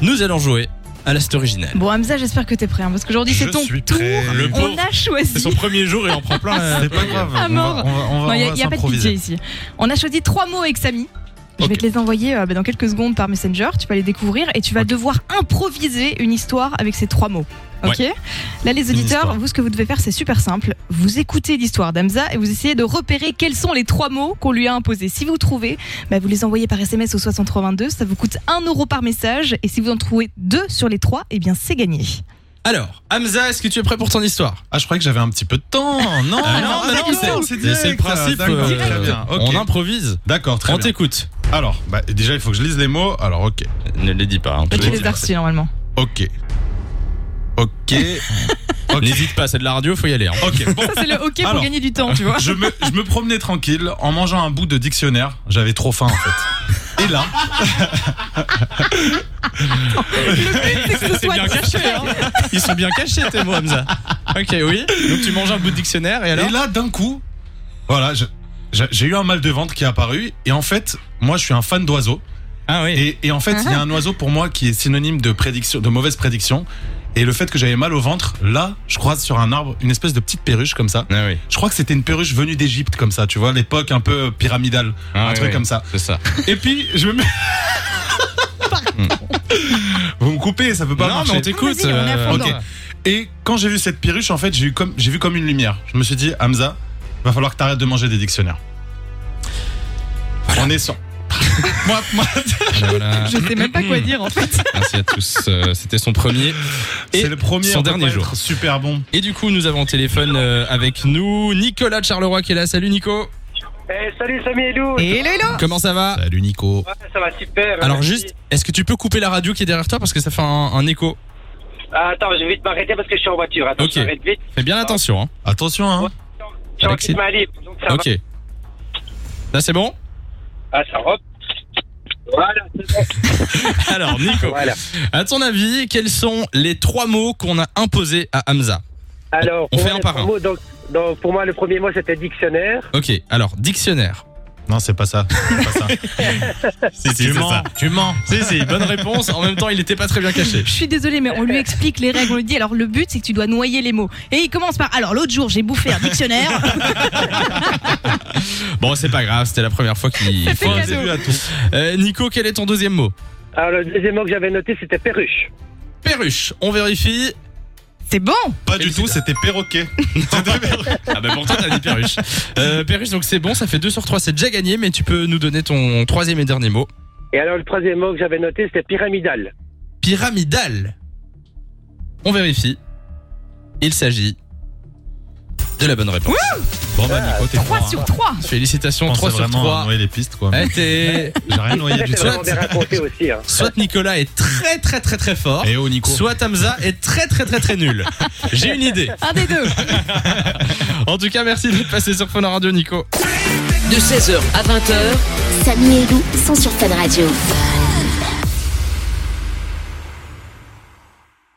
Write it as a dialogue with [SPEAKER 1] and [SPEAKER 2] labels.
[SPEAKER 1] Nous allons jouer à l'ast original.
[SPEAKER 2] Bon Hamza, j'espère que t'es prêt, hein, parce qu'aujourd'hui c'est
[SPEAKER 3] Je
[SPEAKER 2] ton
[SPEAKER 3] suis
[SPEAKER 2] tour.
[SPEAKER 3] prêt. Ah,
[SPEAKER 1] Le
[SPEAKER 2] On
[SPEAKER 1] pauvre.
[SPEAKER 2] a choisi.
[SPEAKER 1] C'est son premier jour et on prend plein. la-
[SPEAKER 3] C'est pas grave.
[SPEAKER 2] À
[SPEAKER 3] on va-
[SPEAKER 2] mort.
[SPEAKER 3] On va, on
[SPEAKER 2] Non,
[SPEAKER 3] va,
[SPEAKER 2] il
[SPEAKER 3] on va
[SPEAKER 2] n'y a, pas de pitié
[SPEAKER 3] s'improviser.
[SPEAKER 2] ici. On a choisi trois mots avec Samy. Je vais
[SPEAKER 1] Ok.
[SPEAKER 2] te les envoyer euh, bah, dans quelques secondes par Messenger. Tu vas les découvrir et tu vas devoir improviser une histoire avec ces trois mots. Ok Là, les auditeurs,
[SPEAKER 3] histoire.
[SPEAKER 2] vous, ce que vous devez faire, c'est super simple. Vous écoutez l'histoire d'Amza et vous essayez de repérer quels sont les trois mots qu'on lui a imposés. Si vous trouvez, bah, vous les envoyez par SMS au 6322. Ça vous coûte 1 euro par message. Et si vous en trouvez deux sur les trois, eh bien, c'est gagné.
[SPEAKER 1] Alors, Hamza, est-ce que tu es prêt pour ton histoire
[SPEAKER 3] Ah, je croyais que j'avais un petit peu de temps. Non,
[SPEAKER 1] Ah
[SPEAKER 2] non, pas du tout.
[SPEAKER 3] c'est
[SPEAKER 1] Mais
[SPEAKER 3] direct,
[SPEAKER 1] C'est le principe.
[SPEAKER 3] ça. D'accord,
[SPEAKER 1] euh,
[SPEAKER 3] très bien. ok.
[SPEAKER 1] On improvise.
[SPEAKER 3] D'accord, très
[SPEAKER 1] on
[SPEAKER 3] bien.
[SPEAKER 1] t'écoute.
[SPEAKER 3] Alors, bah, déjà, il faut que je lise les mots. Alors, ok.
[SPEAKER 1] Ne les dis pas. hein, tu
[SPEAKER 2] Bah,
[SPEAKER 1] les
[SPEAKER 2] tu les
[SPEAKER 1] dis.
[SPEAKER 2] as reçus normalement.
[SPEAKER 3] Ok. Ok. Ok.
[SPEAKER 1] N'hésite pas, c'est de la radio, faut y aller. hein.
[SPEAKER 3] Ok, bon.
[SPEAKER 2] Ça, c'est le OK pour
[SPEAKER 3] Alors.
[SPEAKER 2] gagner du temps, tu vois.
[SPEAKER 3] Je me, je me promenais tranquille en mangeant un bout de dictionnaire. J'avais trop faim en fait. Et là,
[SPEAKER 2] C'est que ce
[SPEAKER 1] C'est
[SPEAKER 2] soit
[SPEAKER 1] bien caché, hein. Ils sont bien cachés, tes mots, Hamza. Ok, oui. Donc tu manges un bout de dictionnaire et alors
[SPEAKER 3] et là d'un coup, voilà, je- j'ai j'ai eu un mal de ventre qui est apparu. Et en fait, moi, je suis un fan d'oiseaux.
[SPEAKER 1] Ah oui.
[SPEAKER 3] Et, et en fait, il y a un oiseau pour moi qui est synonyme de prédiction, de mauvaise prédiction. Et le fait que j'avais mal au ventre, là, je croise sur un arbre une espèce de petite perruche comme ça.
[SPEAKER 1] Ah oui.
[SPEAKER 3] Je crois que c'était une perruche venue d'Égypte comme ça, tu vois, l'époque un peu pyramidale,
[SPEAKER 1] Ah
[SPEAKER 3] un
[SPEAKER 1] oui,
[SPEAKER 3] truc
[SPEAKER 1] oui.
[SPEAKER 3] comme ça.
[SPEAKER 1] C'est ça.
[SPEAKER 3] Et puis, je me mets... Vous me coupez, ça peut pas
[SPEAKER 1] non,
[SPEAKER 3] marcher.
[SPEAKER 1] mais on t'écoute.
[SPEAKER 2] Non, vas-y, on est à fond
[SPEAKER 1] euh,
[SPEAKER 3] Ok. Et quand j'ai vu cette perruche, en fait, j'ai eu comme j'ai vu comme une lumière. Je me suis dit, Hamza, va falloir que t'arrêtes de manger des dictionnaires. On est sans. moi, moi-
[SPEAKER 1] voilà, voilà.
[SPEAKER 2] Je sais même pas quoi dire en fait.
[SPEAKER 1] Merci à tous. euh, C'était son premier. Et
[SPEAKER 3] c'est le premier.
[SPEAKER 1] son
[SPEAKER 3] on peut
[SPEAKER 1] dernier
[SPEAKER 3] pas
[SPEAKER 1] jour.
[SPEAKER 3] être Super bon.
[SPEAKER 1] Et du coup, nous avons au téléphone euh, avec nous Nicolas de Charleroi qui est là. Salut Nico.
[SPEAKER 4] Eh, salut Samy et Lou.
[SPEAKER 2] Et hello, hello
[SPEAKER 1] Comment ça va
[SPEAKER 3] Salut Nico.
[SPEAKER 4] Ouais, ça va super.
[SPEAKER 1] Alors
[SPEAKER 4] merci.
[SPEAKER 1] juste, est-ce que tu peux couper la radio qui est derrière toi parce que ça fait un, un écho
[SPEAKER 4] Ah, attends, je vais vite m'arrêter parce que je suis en voiture. Attends,
[SPEAKER 1] Ok.
[SPEAKER 4] j'arrête vite.
[SPEAKER 1] Fais bien attention. Hein.
[SPEAKER 3] Attention, hein.
[SPEAKER 4] Je suis en
[SPEAKER 1] Alexis.
[SPEAKER 4] petite main libre, donc ça
[SPEAKER 1] Ok. Là c'est bon
[SPEAKER 4] va. Ah, ça hop. Voilà, c'est bon.
[SPEAKER 1] Alors Nico,
[SPEAKER 4] voilà.
[SPEAKER 1] à ton avis, quels sont les trois mots qu'on a imposés à Hamza
[SPEAKER 4] Alors,
[SPEAKER 1] On
[SPEAKER 4] pour
[SPEAKER 1] fait
[SPEAKER 4] moi,
[SPEAKER 1] un
[SPEAKER 4] les
[SPEAKER 1] par
[SPEAKER 4] trois
[SPEAKER 1] un.
[SPEAKER 4] mots, donc, donc, pour moi, le premier mot, c'était dictionnaire.
[SPEAKER 1] Ok, alors dictionnaire.
[SPEAKER 3] Non, c'est pas ça. C'est pas ça.
[SPEAKER 1] Si,
[SPEAKER 3] tu mens. Tu mens.
[SPEAKER 1] Si, si, bonne réponse. En même temps, il était pas très bien caché.
[SPEAKER 2] Je suis désolée, mais on lui explique les règles. On lui dit alors le but, c'est que tu dois noyer les mots. Et il commence par alors l'autre jour, j'ai bouffé un dictionnaire.
[SPEAKER 1] Bon, c'est pas grave, c'était la première fois qu'il
[SPEAKER 2] C'était
[SPEAKER 1] faut-
[SPEAKER 2] cadeau.
[SPEAKER 3] Début à tout.
[SPEAKER 1] Euh, Nico, quel est ton deuxième mot
[SPEAKER 4] Alors, le deuxième mot que j'avais noté, c'était perruche.
[SPEAKER 1] Perruche, on vérifie.
[SPEAKER 2] C'est bon
[SPEAKER 3] Pas
[SPEAKER 1] Et
[SPEAKER 3] du tout,
[SPEAKER 1] c'est-
[SPEAKER 3] c'était perroquet.
[SPEAKER 1] Ah bah pour toi t'as dit perruche. Euh, perruche donc c'est bon, ça fait 2 sur 3, c'est déjà gagné, mais tu peux nous donner ton troisième et dernier mot.
[SPEAKER 4] Et alors, le troisième mot que j'avais noté, c'était pyramidal.
[SPEAKER 1] Pyramidal. On vérifie. Il s'agit de la bonne réponse.
[SPEAKER 3] Bon, bah, Nico, t'es
[SPEAKER 2] 3
[SPEAKER 3] fort, hein.
[SPEAKER 2] sur 3
[SPEAKER 1] Félicitations,
[SPEAKER 3] Je
[SPEAKER 1] 3
[SPEAKER 3] pensais
[SPEAKER 1] sur
[SPEAKER 3] vraiment
[SPEAKER 1] 3.
[SPEAKER 3] à noyer les pistes, quoi.
[SPEAKER 1] Eh, t'es-
[SPEAKER 3] J'ai rien noyé du
[SPEAKER 4] C'est
[SPEAKER 3] tout.
[SPEAKER 4] vraiment des racontés aussi. Hein.
[SPEAKER 1] Soit Nicolas est très très très très fort,
[SPEAKER 3] Et oh, Nico.
[SPEAKER 1] soit Hamza est très très très très nul. J'ai une idée.
[SPEAKER 2] Un des deux
[SPEAKER 1] En tout cas, merci de passer sur Fun Radio, Nico.
[SPEAKER 5] De 16h à 20h,
[SPEAKER 6] Samy et Lou sont sur Fun Radio.